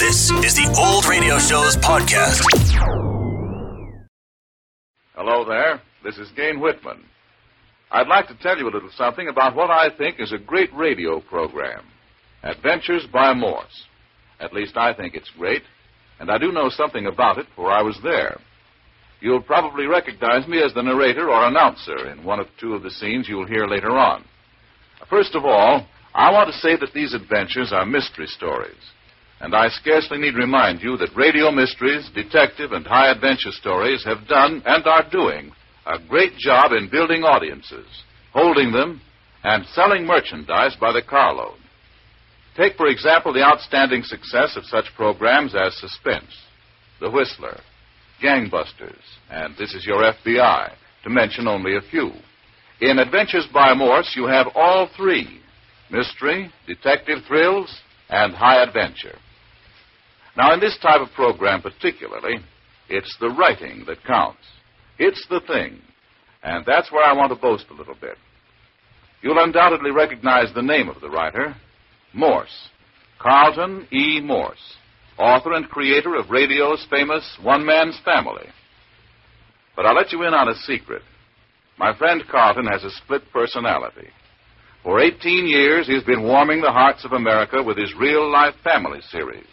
This is the Old Radio Show's podcast. Hello there. This is Gain Whitman. I'd like to tell you a little something about what I think is a great radio program Adventures by Morse. At least I think it's great, and I do know something about it, for I was there. You'll probably recognize me as the narrator or announcer in one of two of the scenes you'll hear later on. First of all, I want to say that these adventures are mystery stories. And I scarcely need remind you that radio mysteries, detective, and high adventure stories have done and are doing a great job in building audiences, holding them, and selling merchandise by the carload. Take, for example, the outstanding success of such programs as Suspense, The Whistler, Gangbusters, and This Is Your FBI, to mention only a few. In Adventures by Morse, you have all three mystery, detective thrills, and high adventure. Now, in this type of program particularly, it's the writing that counts. It's the thing. And that's where I want to boast a little bit. You'll undoubtedly recognize the name of the writer Morse, Carlton E. Morse, author and creator of radio's famous One Man's Family. But I'll let you in on a secret. My friend Carlton has a split personality. For 18 years, he's been warming the hearts of America with his real life family series.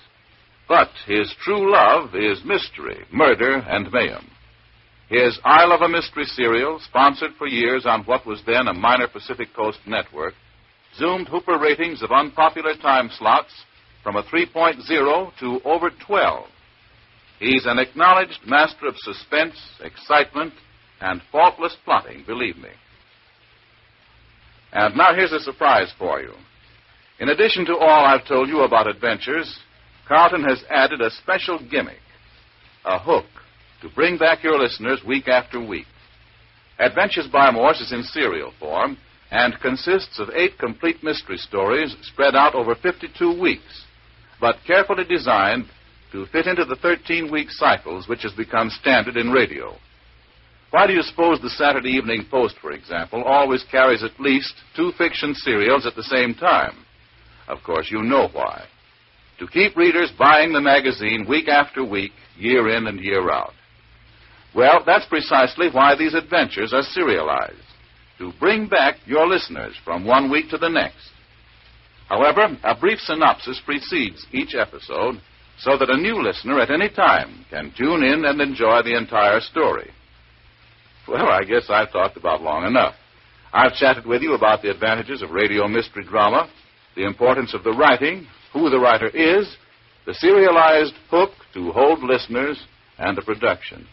But his true love is mystery, murder, and mayhem. His I Love a Mystery serial, sponsored for years on what was then a minor Pacific Coast network, zoomed Hooper ratings of unpopular time slots from a 3.0 to over 12. He's an acknowledged master of suspense, excitement, and faultless plotting, believe me. And now here's a surprise for you. In addition to all I've told you about adventures, Carlton has added a special gimmick, a hook, to bring back your listeners week after week. Adventures by Morse is in serial form and consists of eight complete mystery stories spread out over 52 weeks, but carefully designed to fit into the 13 week cycles which has become standard in radio. Why do you suppose the Saturday Evening Post, for example, always carries at least two fiction serials at the same time? Of course, you know why. To keep readers buying the magazine week after week, year in and year out. Well, that's precisely why these adventures are serialized. To bring back your listeners from one week to the next. However, a brief synopsis precedes each episode so that a new listener at any time can tune in and enjoy the entire story. Well, I guess I've talked about long enough. I've chatted with you about the advantages of radio mystery drama, the importance of the writing, who the writer is, the serialized hook to hold listeners, and the production.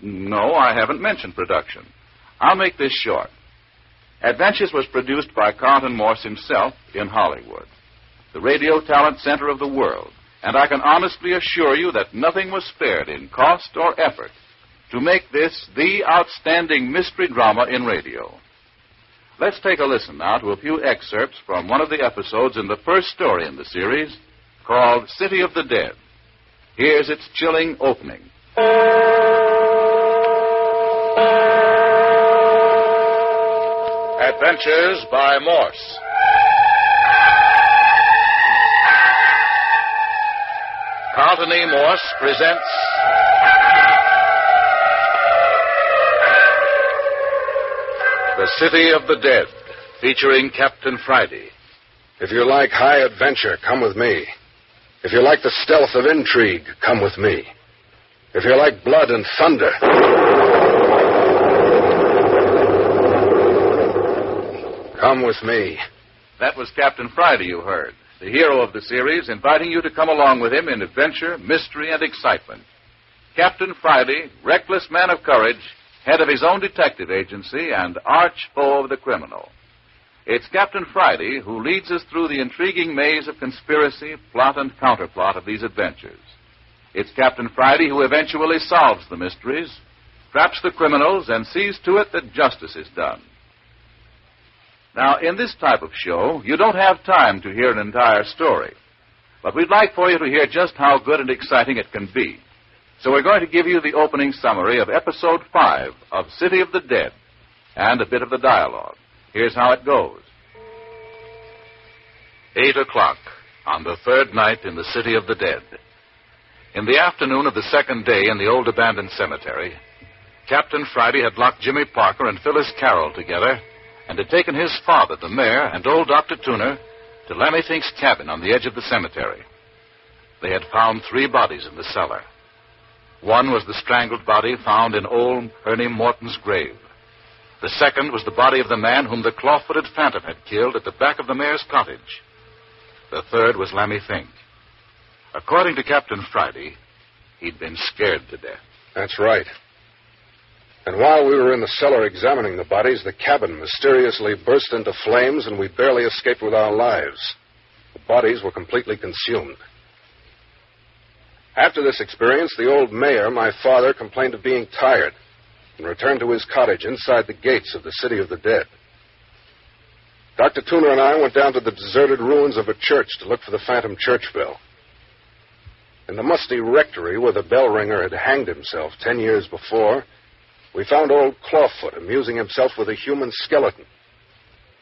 No, I haven't mentioned production. I'll make this short. Adventures was produced by Carlton Morse himself in Hollywood, the radio talent center of the world, and I can honestly assure you that nothing was spared in cost or effort to make this the outstanding mystery drama in radio. Let's take a listen now to a few excerpts from one of the episodes in the first story in the series called City of the Dead. Here's its chilling opening. Adventures by Morse. Carlton E. Morse presents The City of the Dead, featuring Captain Friday. If you like high adventure, come with me. If you like the stealth of intrigue, come with me. If you like blood and thunder. Come with me. That was Captain Friday you heard, the hero of the series, inviting you to come along with him in adventure, mystery, and excitement. Captain Friday, reckless man of courage, head of his own detective agency and arch foe of the criminal. It's Captain Friday who leads us through the intriguing maze of conspiracy, plot, and counterplot of these adventures. It's Captain Friday who eventually solves the mysteries, traps the criminals, and sees to it that justice is done. Now, in this type of show, you don't have time to hear an entire story. But we'd like for you to hear just how good and exciting it can be. So we're going to give you the opening summary of Episode 5 of City of the Dead and a bit of the dialogue. Here's how it goes. Eight o'clock. on the third night in the City of the Dead. In the afternoon of the second day in the old abandoned cemetery, Captain Friday had locked Jimmy Parker and Phyllis Carroll together and had taken his father, the mayor, and old Dr. Tuner to Lammy Fink's cabin on the edge of the cemetery. They had found three bodies in the cellar. One was the strangled body found in old Ernie Morton's grave. The second was the body of the man whom the claw footed phantom had killed at the back of the mayor's cottage. The third was Lammy Fink. According to Captain Friday, he'd been scared to death. That's right. And while we were in the cellar examining the bodies, the cabin mysteriously burst into flames and we barely escaped with our lives. The bodies were completely consumed. After this experience, the old mayor, my father, complained of being tired and returned to his cottage inside the gates of the City of the Dead. Dr. Tuner and I went down to the deserted ruins of a church to look for the phantom church bell. In the musty rectory where the bell ringer had hanged himself ten years before, we found old Clawfoot amusing himself with a human skeleton.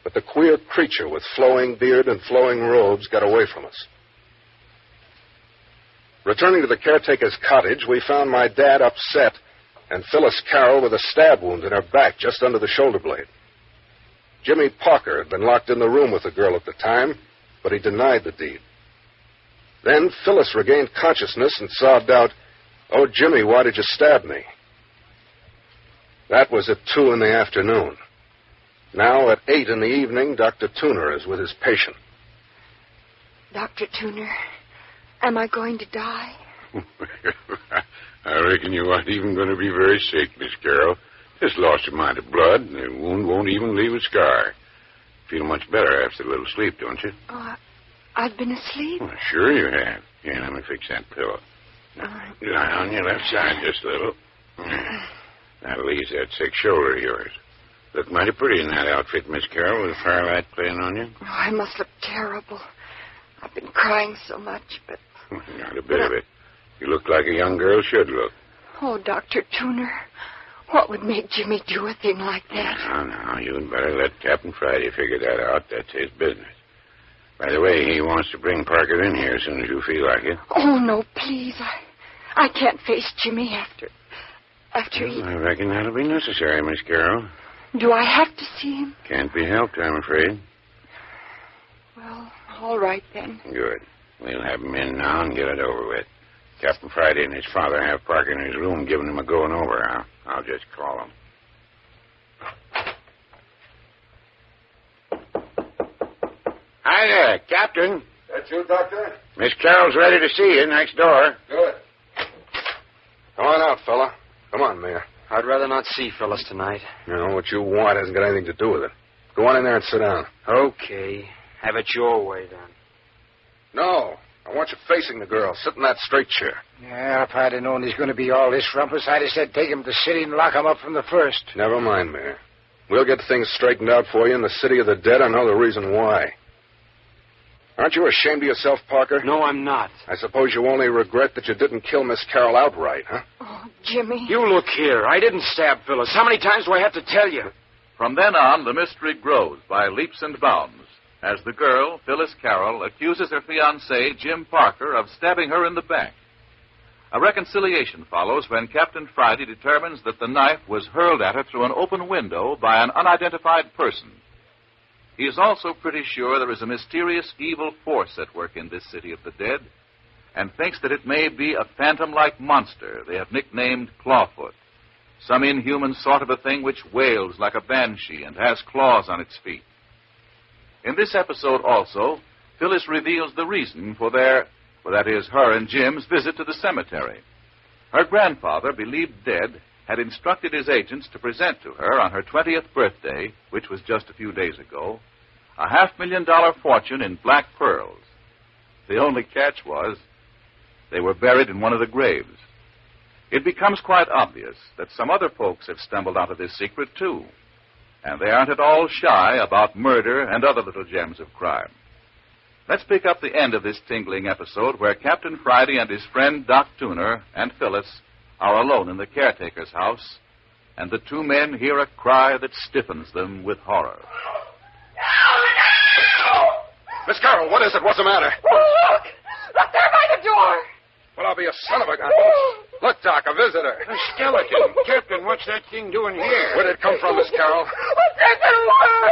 But the queer creature with flowing beard and flowing robes got away from us. Returning to the caretaker's cottage, we found my dad upset and Phyllis Carroll with a stab wound in her back just under the shoulder blade. Jimmy Parker had been locked in the room with the girl at the time, but he denied the deed. Then Phyllis regained consciousness and sobbed out, Oh, Jimmy, why did you stab me? That was at two in the afternoon. Now, at eight in the evening, Dr. Tuner is with his patient. Dr. Tuner, am I going to die? I reckon you aren't even going to be very sick, Miss Carroll. Just lost a mite of blood, and the wound won't even leave a scar. Feel much better after a little sleep, don't you? Oh, I- I've been asleep. Well, Oh, sure you have. Here, let me fix that pillow. Oh, Now, lie on your left side just a little. Yeah. That leaves that sick shoulder of yours. Look mighty pretty in that outfit, Miss Carroll, with the firelight playing on you. Oh, I must look terrible. I've been crying so much, but Not a bit of it. You look like a young girl should look. oh, Dr. Tuner, what would make Jimmy do a thing like that? Now, now, you'd better let Captain Friday figure that out. That's his business. By the way, he wants to bring Parker in here as soon as you feel like it. Oh, no, please. I I can't face Jimmy after after Well, he I reckon that'll be necessary, Miss Carroll. Do I have to see him? Can't be helped, I'm afraid. Well, all right then. Good. We'll have him in now and get it over with. Captain Friday and his father have Parker in his room giving him a going over. I'll, I'll just call him. Hi there, Captain. That you, Doctor? Miss Carroll's ready to see you next door. Good. Come on out, fella. Come on, Mayor. I'd rather not see Phyllis tonight. You know, what you want hasn't got anything to do with it. Go on in there and sit down. Okay. Have it your way, then. No. I want you facing the girl. Sit in that straight chair. Yeah, if I'd have known he's going to be all this rumpus, I'd have said take him to city and lock him up from the first. Never mind, Mayor. We'll get things straightened out for you in the City of the Dead. I know the reason why. Aren't you ashamed of yourself, Parker? No, I'm not. I suppose you only regret that you didn't kill Miss Carroll outright, huh? Oh, Jimmy. You look here. I didn't stab Phyllis. How many times do I have to tell you? From then on, the mystery grows by leaps and bounds as the girl, Phyllis Carroll, accuses her fiancé, Jim Parker, of stabbing her in the back. A reconciliation follows when Captain Friday determines that the knife was hurled at her through an open window by an unidentified person. He is also pretty sure there is a mysterious evil force at work in this city of the dead and thinks that it may be a phantom like monster they have nicknamed Clawfoot some inhuman sort of a thing which wails like a banshee and has claws on its feet. In this episode also, Phyllis reveals the reason for their, well, that is, her and Jim's visit to the cemetery. Her grandfather, believed dead, had instructed his agents to present to her on her 20th birthday, which was just a few days ago, a half million dollar fortune in black pearls. The only catch was they were buried in one of the graves. It becomes quite obvious that some other folks have stumbled onto this secret, too. And they aren't at all shy about murder and other little gems of crime. Let's pick up the end of this tingling episode where Captain Friday and his friend Doc Tuner and Phyllis are alone in the caretaker's house, and the two men hear a cry that stiffens them with horror. Help! Miss Carroll, what is it? What's the matter? Oh, look! Look there by the door! Well, I'll be a son of a gun. Look, Doc, a visitor. A skeleton. Captain, what's that thing doing here? Where did it come from, Miss Carroll? Oh, take it away!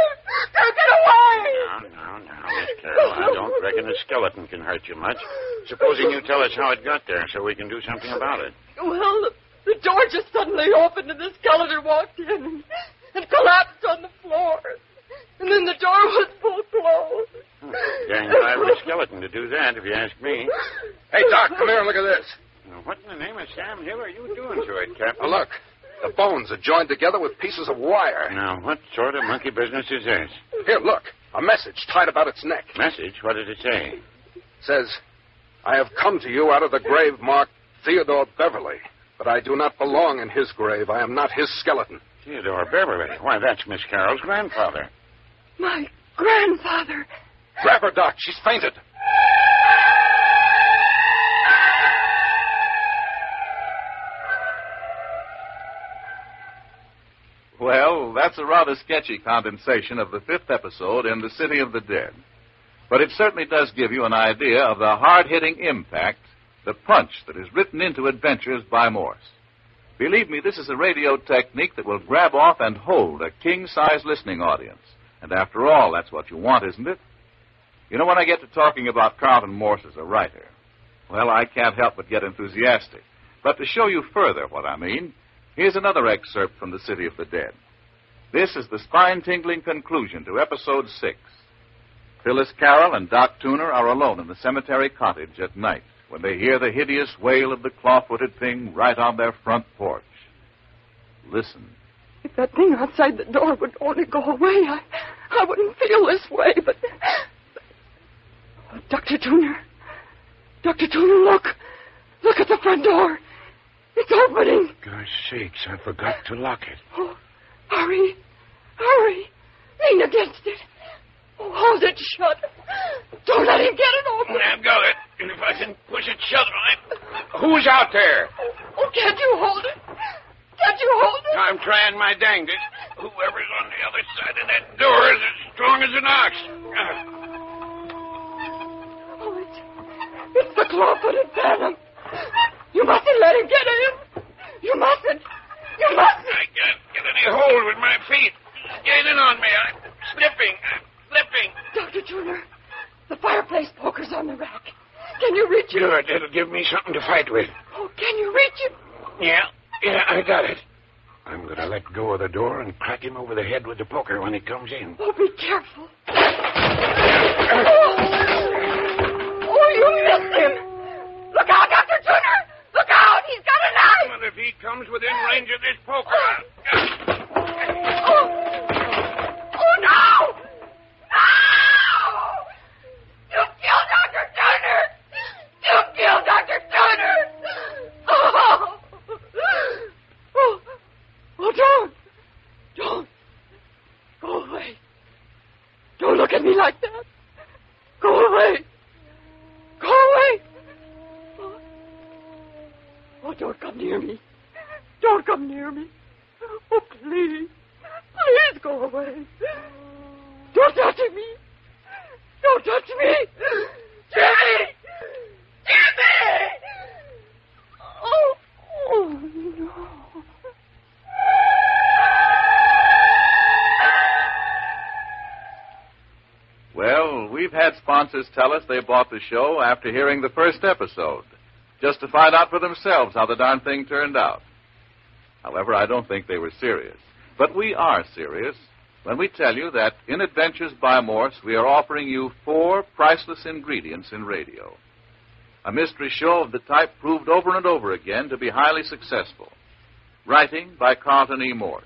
Take it away! Now, now, now, Miss Carroll, I don't reckon a skeleton can hurt you much. Supposing you tell us how it got there so we can do something about it. Well, the, the door just suddenly opened and the skeleton walked in and, and collapsed on the floor. And then the door was pulled closed. Dang, I would a skeleton to do that, if you ask me. Hey, Doc, come here and look at this. Now, What in the name of Sam Hill are you doing to it, Captain? Now, look. The bones are joined together with pieces of wire. Now, what sort of monkey business is this? Here, look. A message tied about its neck. Message? What does it say? says, I have come to you out of the grave marked Theodore Beverly, but I do not belong in his grave. I am not his skeleton. Theodore Beverly. Why, that's Miss Carroll's grandfather. My grandfather. Grab her, Doc. She's fainted. Well, that's a rather sketchy condensation of the fifth episode in The City of the Dead. But it certainly does give you an idea of the hard hitting impact, the punch that is written into adventures by Morse. Believe me, this is a radio technique that will grab off and hold a king size listening audience. And after all, that's what you want, isn't it? You know, when I get to talking about Carlton Morse as a writer, well, I can't help but get enthusiastic. But to show you further what I mean, here's another excerpt from The City of the Dead. This is the spine tingling conclusion to episode six. Phyllis Carroll and Doc Tooner are alone in the cemetery cottage at night when they hear the hideous wail of the claw footed thing right on their front porch. Listen. If that thing outside the door would only go away, I, I wouldn't feel this way. But, Oh, Dr. Tuner, Dr. Tuner, look, look at the front door. It's opening. God's sakes, I forgot to lock it. Oh, hurry, hurry, lean against it. Oh, hold it shut. Don't let him get it open. I've got it. And if I can push it shut, I... Who's out there? Oh, can't you hold it? Can't you hold it? I'm trying my dangest. Whoever's on the other side of that door is as strong as an ox. Oh, it's, it's the claw-footed phantom. You mustn't let him get in. You mustn't. You mustn't. I can't get any hold with my feet. It's gaining on me. I'm slipping. I'm slipping. Dr. Turner, the fireplace poker's on the rack. Can you reach it? Good. It'll give me something to fight with. Oh, can you reach it? Yeah. Yeah, I got it. I'm going to let go of the door and crack him over the head with the poker when he comes in. Oh, be careful. Oh, oh you missed him. Look out, Dr. Turner. Look out. He's got a knife. Well, if he comes within range of this poker, I'll- Oh, oh no! No! You killed Dr. Turner! You killed Dr. Turner! Oh! Oh, oh don't! Don't! Go away! Don't look at me like that! Go away! Go away! Oh, oh don't come near me! Don't come near me! Oh, please! Please go away! Don't touch me! Don't touch me! Jimmy! Jimmy! Oh, oh no. Well, we've had sponsors tell us they bought the show after hearing the first episode, just to find out for themselves how the darn thing turned out. However, I don't think they were serious. But we are serious when we tell you that in Adventures by Morse, we are offering you four priceless ingredients in radio. A mystery show of the type proved over and over again to be highly successful. Writing by Carlton E. Morse.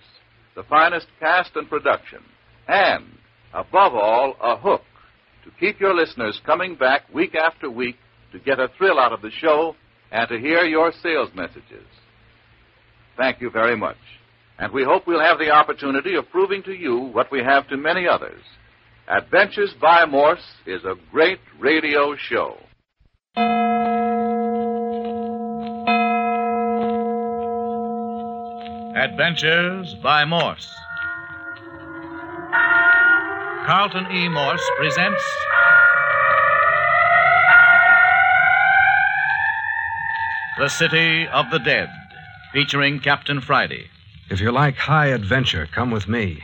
The finest cast and production. And, above all, a hook to keep your listeners coming back week after week to get a thrill out of the show and to hear your sales messages. Thank you very much. And we hope we'll have the opportunity of proving to you what we have to many others. Adventures by Morse is a great radio show. Adventures by Morse. Carlton E. Morse presents The City of the Dead, featuring Captain Friday. If you like high adventure, come with me.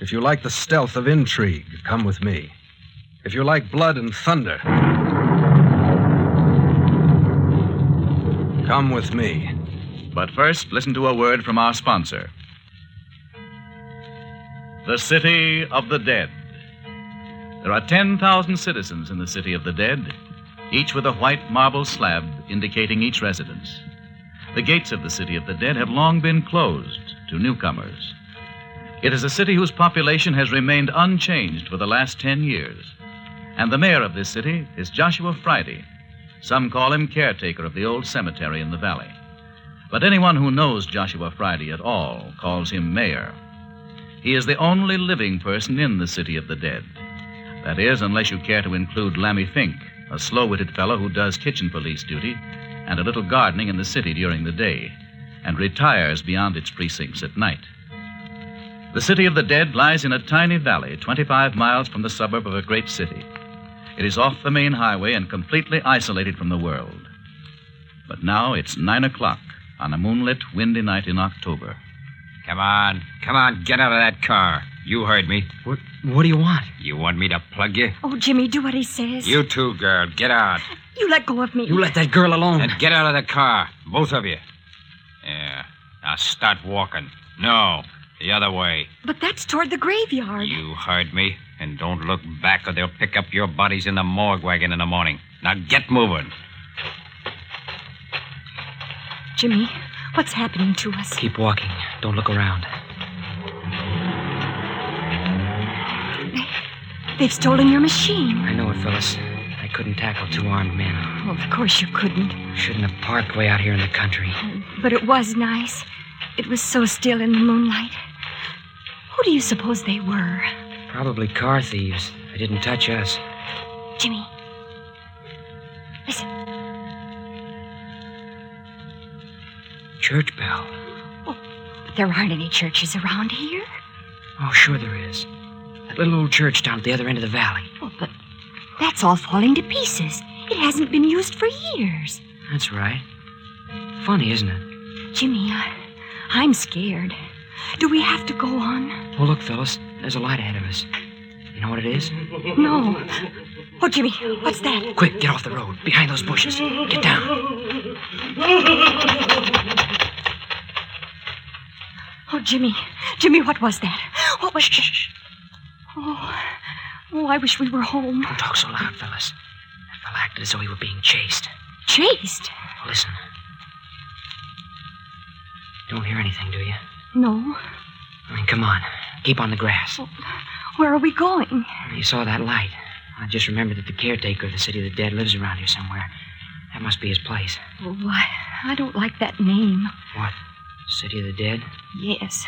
If you like the stealth of intrigue, come with me. If you like blood and thunder, come with me. But first, listen to a word from our sponsor The City of the Dead. There are 10,000 citizens in the City of the Dead, each with a white marble slab indicating each residence. The gates of the City of the Dead have long been closed to newcomers. It is a city whose population has remained unchanged for the last 10 years. And the mayor of this city is Joshua Friday. Some call him caretaker of the old cemetery in the valley. But anyone who knows Joshua Friday at all calls him mayor. He is the only living person in the City of the Dead. That is, unless you care to include Lammy Fink, a slow witted fellow who does kitchen police duty and a little gardening in the city during the day, and retires beyond its precincts at night. The city of the dead lies in a tiny valley 25 miles from the suburb of a great city. It is off the main highway and completely isolated from the world. But now it's 9 o'clock on a moonlit, windy night in October. Come on, come on, get out of that car. You heard me. What, what do you want? You want me to plug you? Oh, Jimmy, do what he says. You too, girl. Get out. You let go of me. You let that girl alone. And get out of the car, both of you. Yeah. Now start walking. No, the other way. But that's toward the graveyard. You heard me. And don't look back, or they'll pick up your bodies in the morgue wagon in the morning. Now get moving. Jimmy, what's happening to us? Keep walking. Don't look around. They've stolen your machine. I know it, Phyllis. I couldn't tackle two armed men. Oh, of course you couldn't. Shouldn't have parked way out here in the country. But it was nice. It was so still in the moonlight. Who do you suppose they were? Probably car thieves. They didn't touch us. Jimmy. Listen. Church bell. Oh, but there aren't any churches around here. Oh, sure there is. That little old church down at the other end of the valley. Oh, but that's all falling to pieces. It hasn't been used for years. That's right. Funny, isn't it? Jimmy, I, I'm scared. Do we have to go on? Oh, look, Phyllis. There's a light ahead of us. You know what it is? No. Oh, Jimmy, what's that? Quick, get off the road. Behind those bushes. Get down. Oh, Jimmy. Jimmy, what was that? What was. Shh. Oh. Oh, I wish we were home. Don't talk so loud, Phyllis. That fellow acted as though he were being chased. Chased? Listen. You don't hear anything, do you? No. I mean, come on. Keep on the grass. Well, where are we going? You saw that light. I just remembered that the caretaker of the City of the Dead lives around here somewhere. That must be his place. Oh, I, I don't like that name. What? City of the Dead? Yes.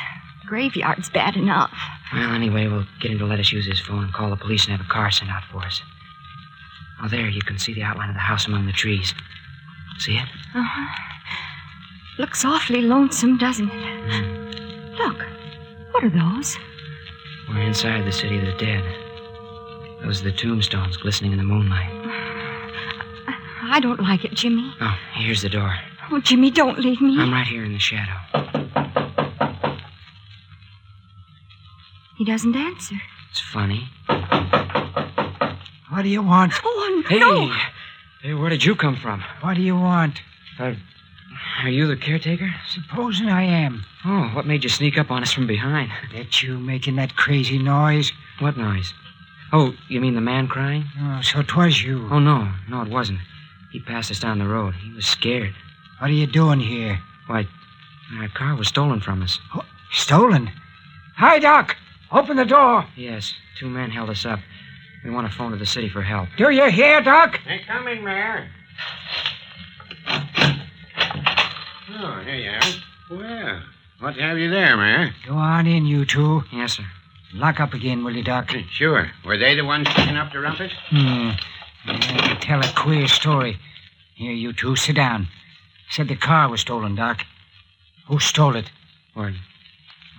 Graveyard's bad enough. Well, anyway, we'll get him to let us use his phone and call the police and have a car sent out for us. Oh, there, you can see the outline of the house among the trees. See it? Uh huh. Looks awfully lonesome, doesn't it? Mm. Look, what are those? We're inside the city of the dead. Those are the tombstones glistening in the moonlight. I, I don't like it, Jimmy. Oh, here's the door. Oh, Jimmy, don't leave me. I'm right here in the shadow. He doesn't answer. It's funny. What do you want? Oh, I'm, hey. No. Hey, where did you come from? What do you want? Uh, are you the caretaker? Supposing I am. Oh, what made you sneak up on us from behind? Bet you making that crazy noise. What noise? Oh, you mean the man crying? Oh, so 'twas you. Oh, no. No, it wasn't. He passed us down the road. He was scared. What are you doing here? Why, our car was stolen from us. Oh, stolen? Hi, Doc. Open the door. Yes, two men held us up. We want to phone to the city for help. Do you hear, Doc? They're coming, Mayor. Oh, here you are. Well, what have you there, Mayor? Go on in, you two. Yes, sir. Lock up again, will you, Doc? Sure. Were they the ones kicking up the rumpus? Hmm. Yeah, you tell a queer story. Here, you two, sit down. Said the car was stolen, Doc. Who stole it? Well,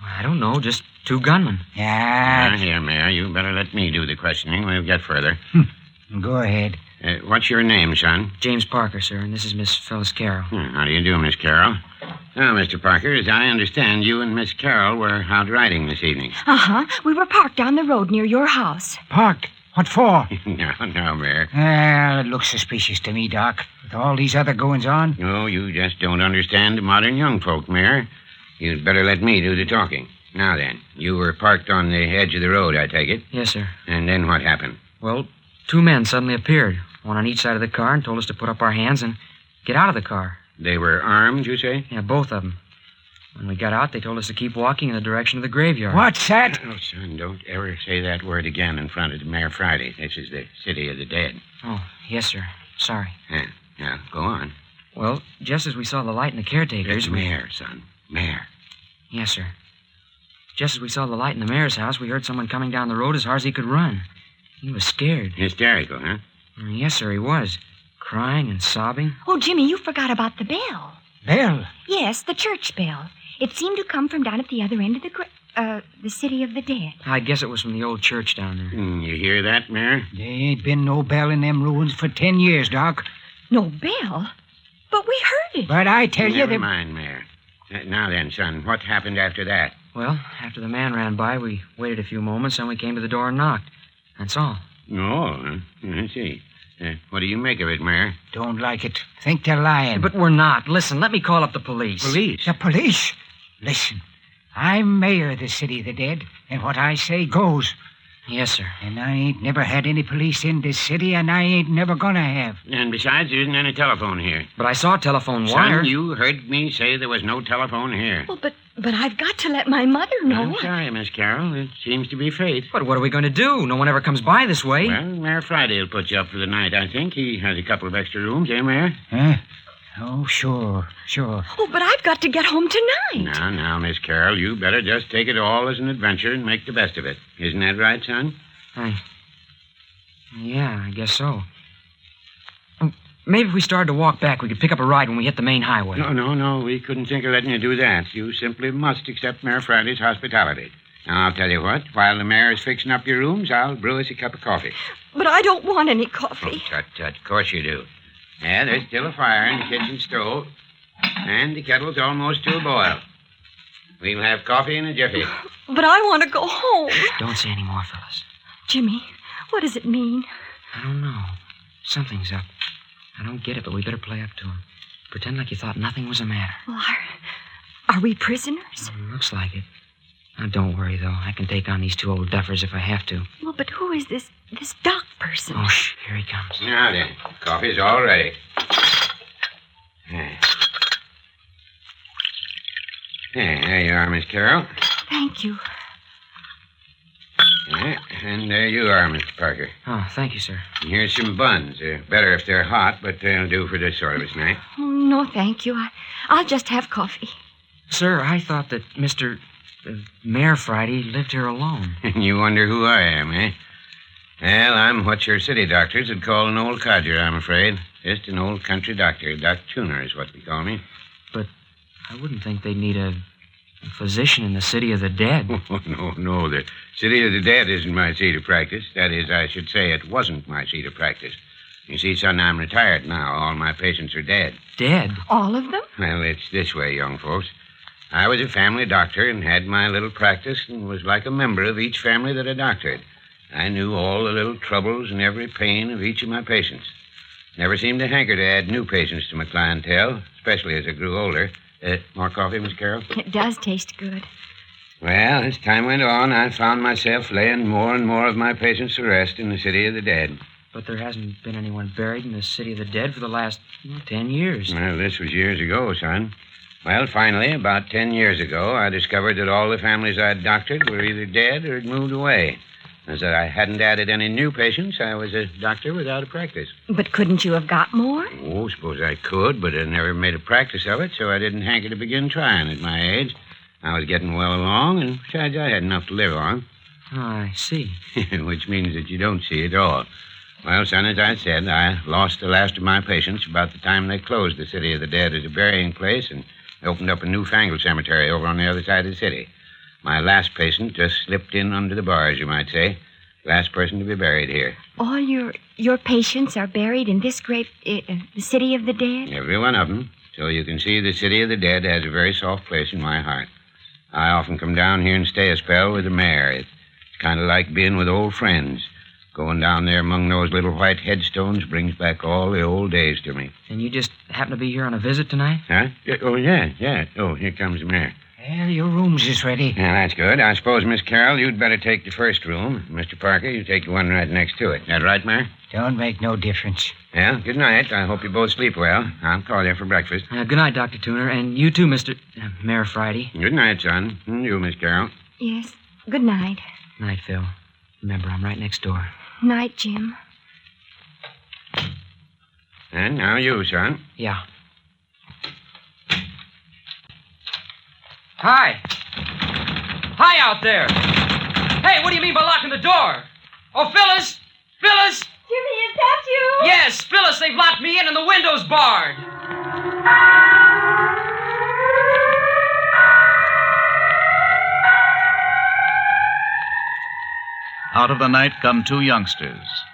I don't know. Just Two gunmen. Yeah. Ah, Now, here, Mayor, you better let me do the questioning. We'll get further. Go ahead. Uh, what's your name, son? Hmm. James Parker, sir, and this is Miss Phyllis Carroll. Hmm, how do you do, Miss Carroll? Now, Mr. Parker, as I understand, you and Miss Carroll were out riding this evening. Uh huh. We were parked down the road near your house. Parked? What for? no, no, Mayor. Well, it looks suspicious to me, Doc. With all these other goings on. No, Oh, you just don't understand the modern young folk, Mayor. You'd better let me do the talking. Now then, you were parked on the edge of the road, I take it. Yes, sir. And then what happened? Well, two men suddenly appeared, one on each side of the car, and told us to put up our hands and get out of the car. They were armed, you say? Yeah, both of them. When we got out, they told us to keep walking in the direction of the graveyard. What's that? Oh, son, don't ever say that word again in front of Mayor Friday. This is the city of the dead. Oh, yes, sir. Sorry. Yeah, now, go on. Well, just as we saw the light in the caretaker's. It's we- Mayor, son. Mayor. Yes, sir. Just as we saw the light in the mayor's house, we heard someone coming down the road as hard as he could run. He was scared. Hysterical, huh? Yes, sir, he was. Crying and sobbing. Oh, Jimmy, you forgot about the bell. Bell. Yes, the church bell. It seemed to come from down at the other end of the gra- uh, the city of the dead. I guess it was from the old church down there. Hmm, you hear that, Mayor? There ain't been no bell in them ruins for ten years, Doc. No bell, but we heard it. But I tell you, Never that mind, Mayor. Uh, Now then, son, what happened after that? Well, after the man ran by, we waited a few moments, then we came to the door and knocked. That's all. Oh, huh? I see. Uh, what do you make of it, Mayor? don't like it. Think they're lying. But we're not. Listen, let me call up the police. Police? The police? Listen, I'm mayor of the city of the dead, and what I say goes. Yes, sir. And I ain't never had any police in this city, and I ain't never gonna have. And besides, there isn't any telephone here. But I saw a telephone wire. Son, you heard me say there was no telephone here. Well, but but I've got to let my mother know. I'm sorry, Miss uh, Carroll. It seems to be fate. But what are we going to do? No one ever comes by this way. Well, Mayor Friday will put you up for the night, I think. He has a couple of extra rooms, eh, Mayor? Huh? Oh, sure, sure. Oh, but I've got to get home tonight. Now, Ah, now, Miss Carroll, you better just take it all as an adventure and make the best of it. Isn't that right, son? I. Yeah, I guess so. Um, Maybe if we started to walk back, we could pick up a ride when we hit the main highway. No, no, no. We couldn't think of letting you do that. You simply must accept Mayor Friday's hospitality. Now, I'll tell you what. While the mayor is fixing up your rooms, I'll brew us a cup of coffee. But I don't want any coffee. Tut, tut. Of course you do. Yeah, there's still a fire in the kitchen stove, and the kettle's almost to a boil. We'll have coffee in a jiffy. But I want to go home. Don't say any more, fellas. Jimmy, what does it mean? I don't know. Something's up. I don't get it, but we better play up to him. Pretend like you thought nothing was the matter. Well, are, are we prisoners? Looks like it. Now, don't worry, though. I can take on these two old duffers if I have to. Well, but who is this this doc person? Oh, shh. Here he comes. Now then, coffee's all ready. There. There, there you are, Miss Carroll. Thank you. Yeah, and there you are, Mr. Parker. Oh, thank you, sir. And here's some buns. They're better if they're hot, but they'll do for this sort of a snack. Oh, no, thank you. I, I'll just have coffee. Sir, I thought that Mr. uh, Mayor Friday lived here alone. And you wonder who I am, eh? Well, I'm what your city doctors would call an old codger, I'm afraid. Just an old country doctor. Doc Tuner is what we call me. I wouldn't think they'd need a physician in the city of the dead. Oh, no, no. The city of the dead isn't my seat of practice. That is, I should say it wasn't my seat of practice. You see, son, I'm retired now. All my patients are dead. Dead? All of them? Well, it's this way, young folks. I was a family doctor and had my little practice and was like a member of each family that I doctored. I knew all the little troubles and every pain of each of my patients. Never seemed to hanker to add new patients to my clientele, especially as I grew older. Uh, more coffee, Miss Carroll? It does taste good. Well, as time went on, I found myself laying more and more of my patients to rest in the city of the dead. But there hasn't been anyone buried in the city of the dead for the last mm, ten years. Well, this was years ago, son. Well, finally, about ten years ago, I discovered that all the families I'd doctored were either dead or had moved away. As that I hadn't added any new patients, I was a doctor without a practice. But couldn't you have got more? Oh, suppose I could, but I never made a practice of it, so I didn't hanker to begin trying at my age. I was getting well along, and besides, I had enough to live on. I see. which means that you don't see at all. Well, son, as I said, I lost the last of my patients about the time they closed the City of the Dead as a burying place and opened up a newfangled cemetery over on the other side of the city. My last patient just slipped in under the bars, you might say. Last person to be buried here. All your your patients are buried in this great uh, uh, the city of the dead. Every one of them. So you can see the city of the dead has a very soft place in my heart. I often come down here and stay a spell with the mayor. It's kind of like being with old friends. Going down there among those little white headstones brings back all the old days to me. And you just happen to be here on a visit tonight? Huh? Yeah, Oh, yeah, yeah. Oh, here comes the mayor. Well, your room's is ready. Yeah, that's good. I suppose, Miss Carroll, you'd better take the first room. Mr. Parker, you take the one right next to it. That right, Mayor? Don't make no difference. Well, good night. I hope you both sleep well. I'll call you for breakfast. Uh, good night, Dr. Tuner, and you too, Mr. Uh, Mayor Friday. Good night, son. And you, Miss Carroll. Yes. Good night. Night, Phil. Remember, I'm right next door. Night, Jim. And Eh, now you, son. Yeah. Hi. Hi out there. Hey, what do you mean by locking the door? Oh, Phyllis! Phyllis! Jimmy, is that you? Yes, Phyllis, they've locked me in and the window's barred. Out of the night come two youngsters.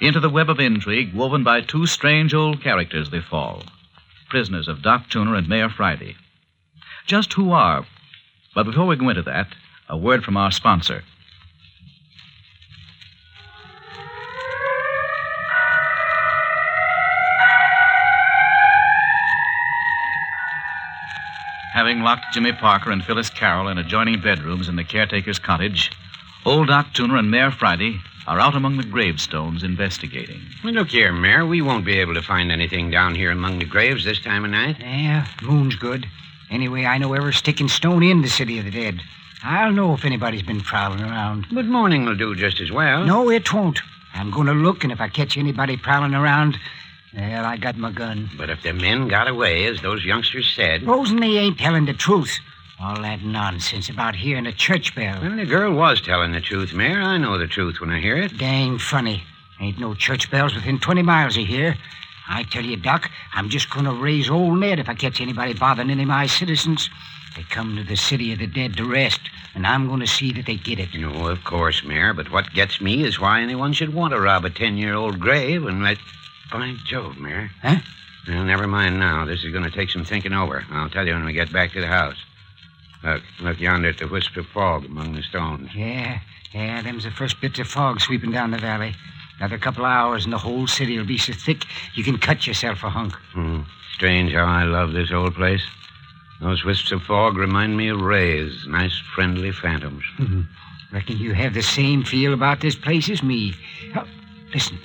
Into the web of intrigue woven by two strange old characters they fall prisoners of Doc Tuner and Mayor Friday. Just who are? But before we go into that, a word from our sponsor. Having locked Jimmy Parker and Phyllis Carroll in adjoining bedrooms in the caretaker's cottage, Old Doc Tuner and Mayor Friday are out among the gravestones investigating. Well, look here, Mayor. We won't be able to find anything down here among the graves this time of night. Yeah, moon's good. Anyway, I know every stick and stone in the city of the dead. I'll know if anybody's been prowling around. But morning will do just as well. No, it won't. I'm going to look, and if I catch anybody prowling around, well, I got my gun. But if the men got away, as those youngsters said. Supposing they ain't telling the truth. All that nonsense about hearing a church bell. Well, the girl was telling the truth, Mayor. I know the truth when I hear it. Dang funny. Ain't no church bells within 20 miles of here. I tell you, Doc, I'm just going to raise old Ned if I catch anybody bothering any of my citizens. They come to the city of the dead to rest, and I'm going to see that they get it. No, of course, Mayor. But what gets me is why anyone should want to rob a ten-year-old grave unless... By Jove, Mayor. Huh? Well, never mind now. This is going to take some thinking over. I'll tell you when we get back to the house. Look, look yonder at the wisp of fog among the stones. Yeah, yeah, them's the first bits of fog sweeping down the valley. Another couple of hours, and the whole city will be so thick you can cut yourself a hunk. Hmm. Strange how I love this old place. Those wisps of fog remind me of rays, nice, friendly phantoms. Reckon you have the same feel about this place as me. Oh, listen,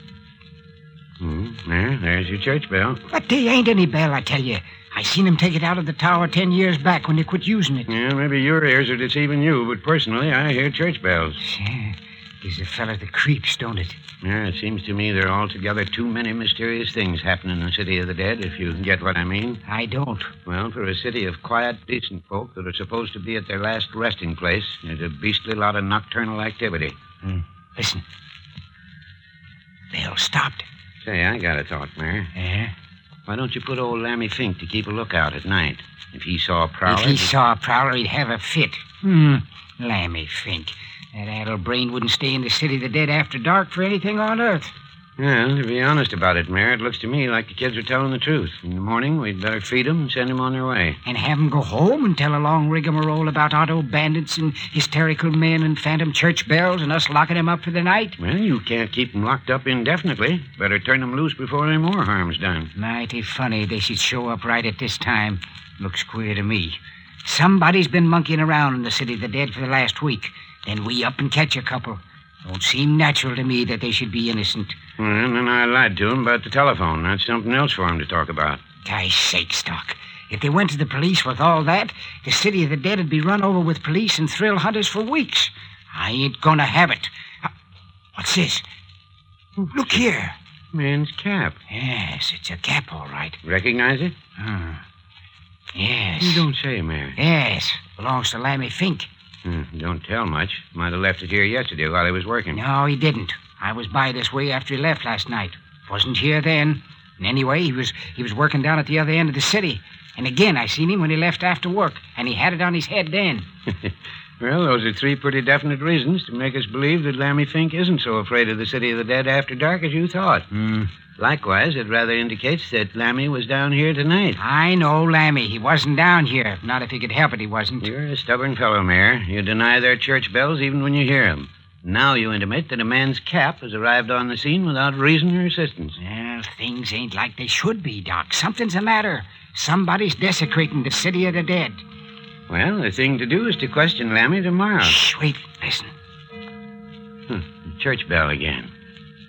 Hmm. There, there's your church bell. but they ain't any bell, I tell you. I seen 'em take it out of the tower ten years back when they quit using it. Yeah, maybe your ears are deceiving you, but personally, I hear church bells. Yeah, these are fellas that creeps, don't it? Yeah, it seems to me there are altogether too many mysterious things happen in the city of the dead, if you get what I mean. I don't. Well, for a city of quiet, decent folk that are supposed to be at their last resting place, there's a beastly lot of nocturnal activity. Hmm. Listen. Bell stopped. Say, I got a thought, Mayor. Yeah? Why don't you put old Lammy Fink to keep a lookout at night? If he saw a prowler. If he saw a prowler, he'd have a fit. Hmm. Lammy Fink. That addle brain wouldn't stay in the city of the dead after dark for anything on earth. Well, to be honest about it, Mayor, it looks to me like the kids are telling the truth. In the morning, we'd better feed 'em and send 'em on their way. And have 'em go home and tell a long rigmarole about auto bandits and hysterical men and phantom church bells and us locking 'em up for the night. Well, you can't keep 'em locked up indefinitely. Better turn 'em loose before any more harm's done. Mighty funny they should show up right at this time. Looks queer to me. Somebody's been monkeying around in the city of the dead for the last week. Then we up and catch a couple. Don't seem natural to me that they should be innocent. Well, and then I lied to 'em about the telephone. That's something else for 'em to talk about. Thy sakes, Doc. If they went to the police with all that, the city of the dead would be run over with police and thrill hunters for weeks. I ain't gonna have it. Uh, What's this? Look here. Man's cap. Yes, it's a cap, all right. Recognize it? Hmm. Yes. You don't say, Mayor. Yes. Belongs to Lammy Fink. Hmm, don't tell much. Might have left it here yesterday while I was working. No, he didn't. I was by this way after he left last night. Wasn't here then. And anyway, he was he was working down at the other end of the city. And again, I seen him when he left after work, and he had it on his head then. Well, those are three pretty definite reasons to make us believe that Lammy Fink isn't so afraid of the City of the Dead after dark as you thought. Likewise, it rather indicates that Lammy was down here tonight. I know Lammy. He wasn't down here. Not if he could help it, he wasn't. You're a stubborn fellow, Mayor. You deny their church bells even when you hear them. Now you intimate that a man's cap has arrived on the scene without reason or assistance. Well, things ain't like they should be, Doc. Something's the matter. Somebody's desecrating the city of the dead. Well, the thing to do is to question Lammy tomorrow. Hmm, Shh, wait, listen. Church bell again.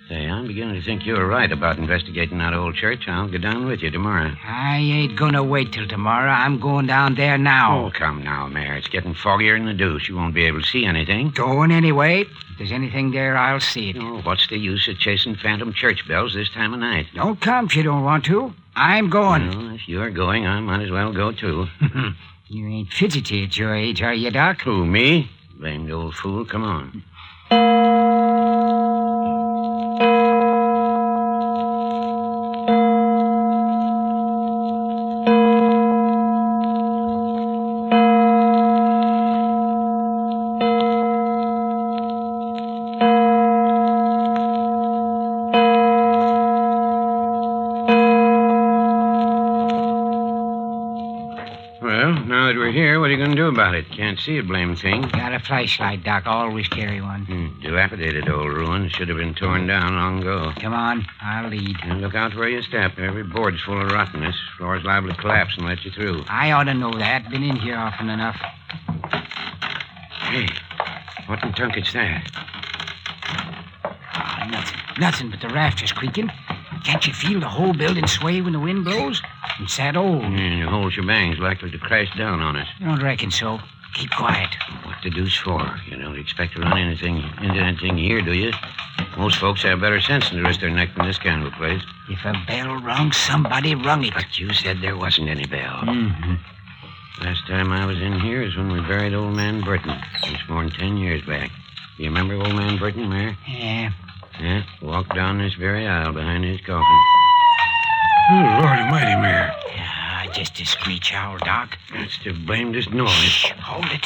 Say, I'm beginning to think you're right about investigating that old church. I'll go down with you tomorrow. I ain't gonna wait till tomorrow. I'm going down there now. Oh, come now, Mayor. It's getting foggier than the deuce. You won't be able to see anything. Going anyway. If there's anything there, I'll see it. Oh, what's the use of chasing phantom church bells this time of night? Don't come if you don't want to. I'm going. Well, if you're going, I might as well go too. You ain't fidgety at your age, are you, Doc? Who, me? Blamed old fool. Come on. Well, now that we're here, what are you going to do about it? Can't see a blame thing. Got a flashlight, Doc. Always carry one. Hmm, dilapidated old ruin. Should have been torn down long ago. Come on, I'll lead. And look out where you step. Every board's full of rottenness. Floor's liable to collapse and let you through. I ought to know that. Been in here often enough. Hey, what in tunkett's that? Ah, nothing. Nothing but the rafters creaking. Can't you feel the whole building sway when the wind blows? It's that old. Hmm, the whole shebang's likely to crash down on us. I don't reckon so. Keep quiet. What the deuce for? You don't expect to run anything into anything here, do you? Most folks have better sense than to risk their neck in this kind of a place. If a bell rung, somebody rung it. But you said there wasn't any bell. Mm-hmm. Last time I was in here is when we buried old man Burton. It's more than ten years back. You remember old man Burton, Mayor? Yeah. Yeah, walked down this very aisle behind his coffin. Oh, Lord Almighty, Mayor. Yeah, just a screech owl, Doc. That's the blamedest noise. Hold it.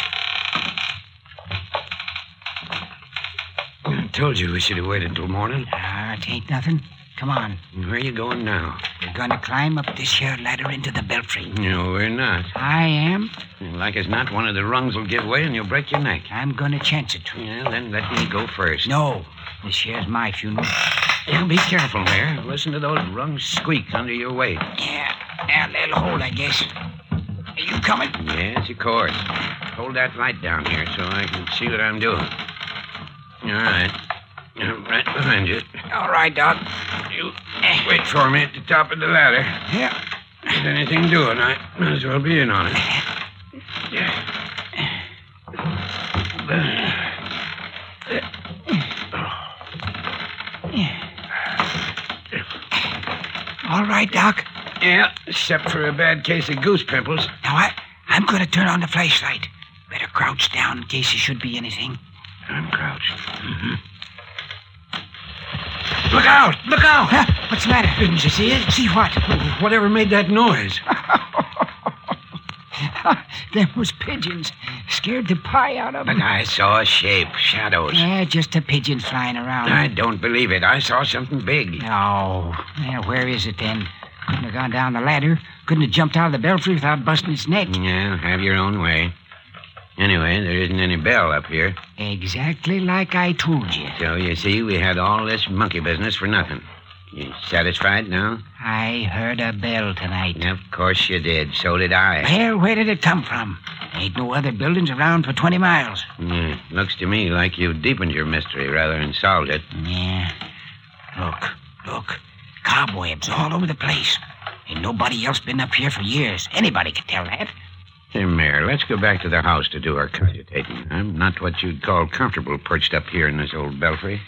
I told you we should have waited till morning. Ah, it ain't nothing. Come on. Where are you going now? We're gonna climb up this here ladder into the belfry. No, we're not. I am. Like as not, one of the rungs will give way and you'll break your neck. I'm gonna chance it. Yeah, then let me go first. No. This here's my funeral. You be careful, Mayor. Listen to those rungs squeak under your weight. Yeah. Yeah, they'll hold, I guess. Are you coming? Yes, of course. Hold that light down here so I can see what I'm doing. All right. I'm right behind you. All right, Doc. You wait for me at the top of the ladder. Yeah. If anything doing, I might as well be in on it. All right, Doc. Yeah, except for a bad case of goose pimples. Now I, I'm gonna turn on the flashlight. Better crouch down in case there should be anything. I'm crouched. Look out! Look out! Huh? What's the matter? Didn't you see it? See what? Whatever made that noise? Them was pigeons. Scared the pie out of But them. I saw a shape, shadows. Yeah, just a pigeon flying around. I don't believe it. I saw something big. No. Yeah, where is it then? Couldn't have gone down the ladder. Couldn't have jumped out of the belfry without busting its neck. Yeah, have your own way. Anyway, there isn't any bell up here. Exactly like I told you. So you see, we had all this monkey business for nothing. You satisfied now? I heard a bell tonight. Of course you did. So did I. Well, where did it come from? Ain't no other buildings around for 20 miles. Yeah, Hmm. looks to me like you deepened your mystery rather than solved it. Yeah. Look, look. Cobwebs all over the place. Ain't nobody else been up here for years. Anybody could tell that. Here, Mayor, let's go back to the house to do our cogitating. I'm not what you'd call comfortable perched up here in this old belfry.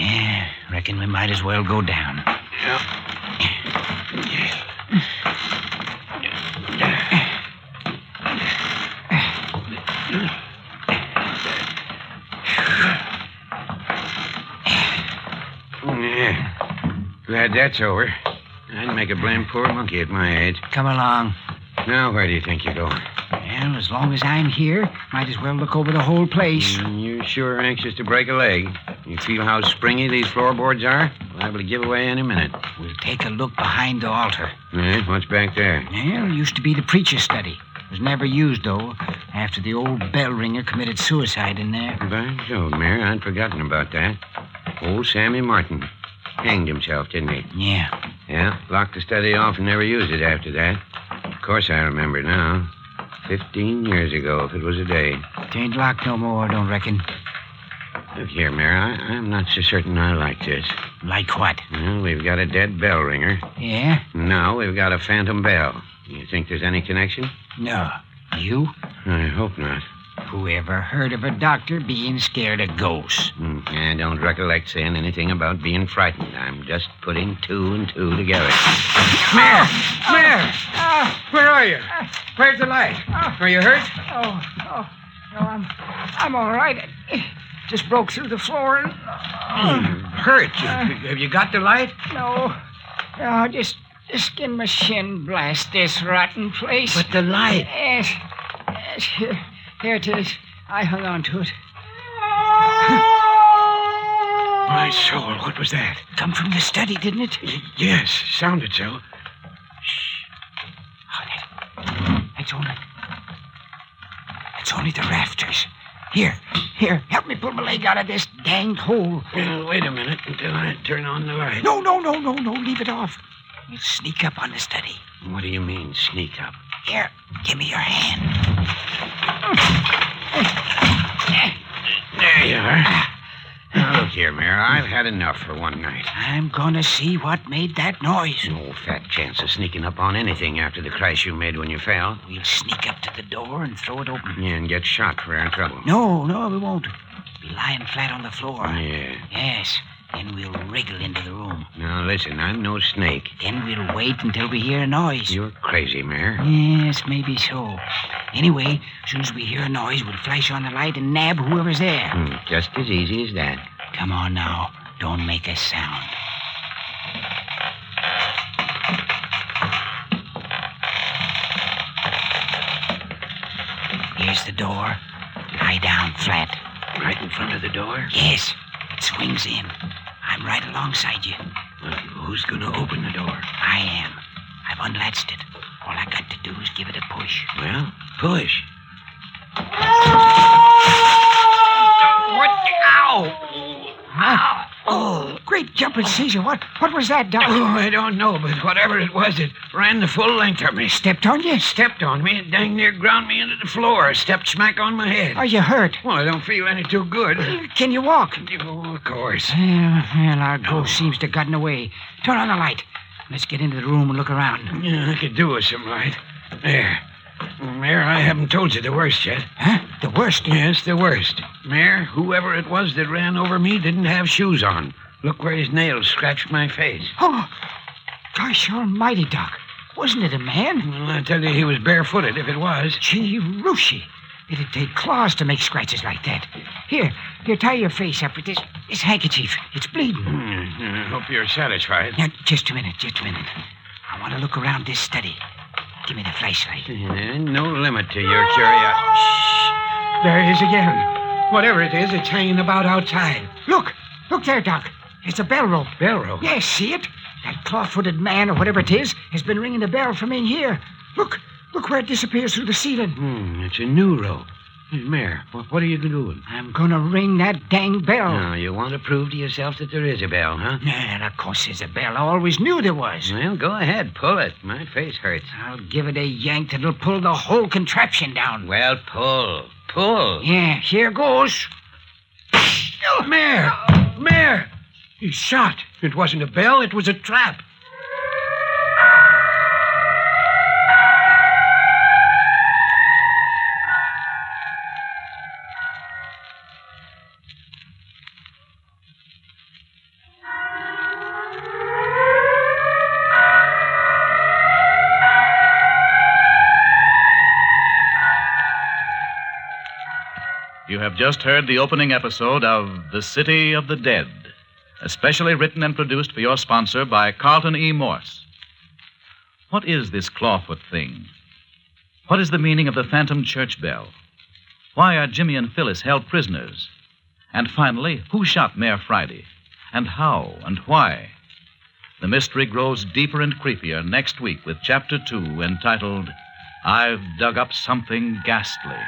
Yeah, reckon we might as well go down. Oh, Yeah. Glad that's over. I'd make a blame poor monkey at my age. Come along. Now, where do you think you're going? Well, as long as I'm here, might as well look over the whole place. You're sure anxious to break a leg. You feel how springy these floorboards are? Liable to give away any minute. We'll take a look behind the altar. Eh? What's back there? Well, it used to be the preacher's study. It was never used, though, after the old bell ringer committed suicide in there. By Jove, Mayor, I'd forgotten about that. Old Sammy Martin. Hanged himself, didn't he? Yeah. Yeah, locked the study off and never used it after that. Of course I remember now. Fifteen years ago, if it was a day. It ain't locked no more, I don't reckon. Look here, Mayor, I, I'm not so certain I like this. Like what? Well, we've got a dead bell ringer. Yeah? Now we've got a phantom bell. You think there's any connection? No. You? I hope not. Who ever heard of a doctor being scared of ghosts? Hmm, I don't recollect saying anything about being frightened. I'm just putting two and two together. Mayor! Mayor! Where are you? Where's the light? Are you hurt? Oh, oh, no, I'm, I'm all right. I just broke through the floor and. You Hmm, hurt? You, have you got the light? No, no, just, just skin my shin. Blast this rotten place. But the light. Yes, yes. Here, here it is. I hung on to it. My soul, what was that? Come from the study, didn't it? Yes, sounded so. That's only. That's only the rafters. Here, here, help me pull my leg out of this danged hole. Well, wait a minute until I turn on the light. No, no, no, no, no, leave it off. You sneak up on the study. What do you mean, sneak up? Here, give me your hand. There you are. Ah. Now, look here, Mayor, I've had enough for one night. I'm gonna see what made that noise. No fat chance of sneaking up on anything after the crash you made when you fell. We'll sneak up to the door and throw it open. Yeah, and get shot for our trouble. No, no, we won't. Be lying flat on the floor. Yeah. Yes. Then we'll wriggle into the room. Now, listen, I'm no snake. Then we'll wait until we hear a noise. You're crazy, Mayor. Yes, maybe so. Anyway, as soon as we hear a noise, we'll flash on the light and nab whoever's there. Hmm, Just as easy as that. Come on now. Don't make a sound. Here's the door. Lie down flat. Hmm. Right in front of the door? Yes, it swings in. I'm right alongside you. Well, who's going to open the door? I am. I've unlatched it. All I got to do is give it a push. Well, push. What? Ow! Ow! Oh, great jumping seizure. What what was that, Doc? Ah. Oh, I don't know, but whatever it was, it ran the full length of me. Stepped on you? Stepped on me and dang near ground me into the floor. Stepped smack on my head. Are you hurt? Well, I don't feel any too good. Can you walk? Oh, of course. Well, well our ghost seems to have gotten away. Turn on the light. Let's get into the room and look around. Yeah, I could do with some light. There. Mayor, I haven't told you the worst yet. Huh? The worst? Yes, the worst. Mayor, whoever it was that ran over me didn't have shoes on. Look where his nails scratched my face. Oh, gosh almighty, Doc. Wasn't it a man? Well, I tell you, he was barefooted if it was. Gee, Rushi. It'd take claws to make scratches like that. Here, here, tie your face up with this, this handkerchief. It's bleeding. Hmm, I hope you're satisfied. Now, just a minute, just a minute. I want to look around this study. Give me the flashlight. Yeah, no limit to your curiosity. There he is again. Whatever it is, it's hanging about outside. Look, look there, Doc. It's a bell rope. Bell rope. Yes, see it? That claw footed man, or whatever it is, has been ringing the bell from in here. Look, look where it disappears through the ceiling. Hmm, it's a new rope. Hey, Mayor, wh- what are you doing? I'm gonna ring that dang bell. Now, you want to prove to yourself that there is a bell, huh? Man, of course there's a bell. I always knew there was. Well, go ahead, pull it. My face hurts. I'll give it a yank that'll pull the whole contraption down. Well, pull. Pull. Yeah, here goes. Mayor! Mayor! He's shot. It wasn't a bell, it was a trap. You have just heard the opening episode of The City of the Dead, especially written and produced for your sponsor by Carlton E. Morse. What is this clawfoot thing? What is the meaning of the phantom church bell? Why are Jimmy and Phyllis held prisoners? And finally, who shot Mayor Friday? And how and why? The mystery grows deeper and creepier next week with Chapter 2 entitled I've Dug Up Something Ghastly.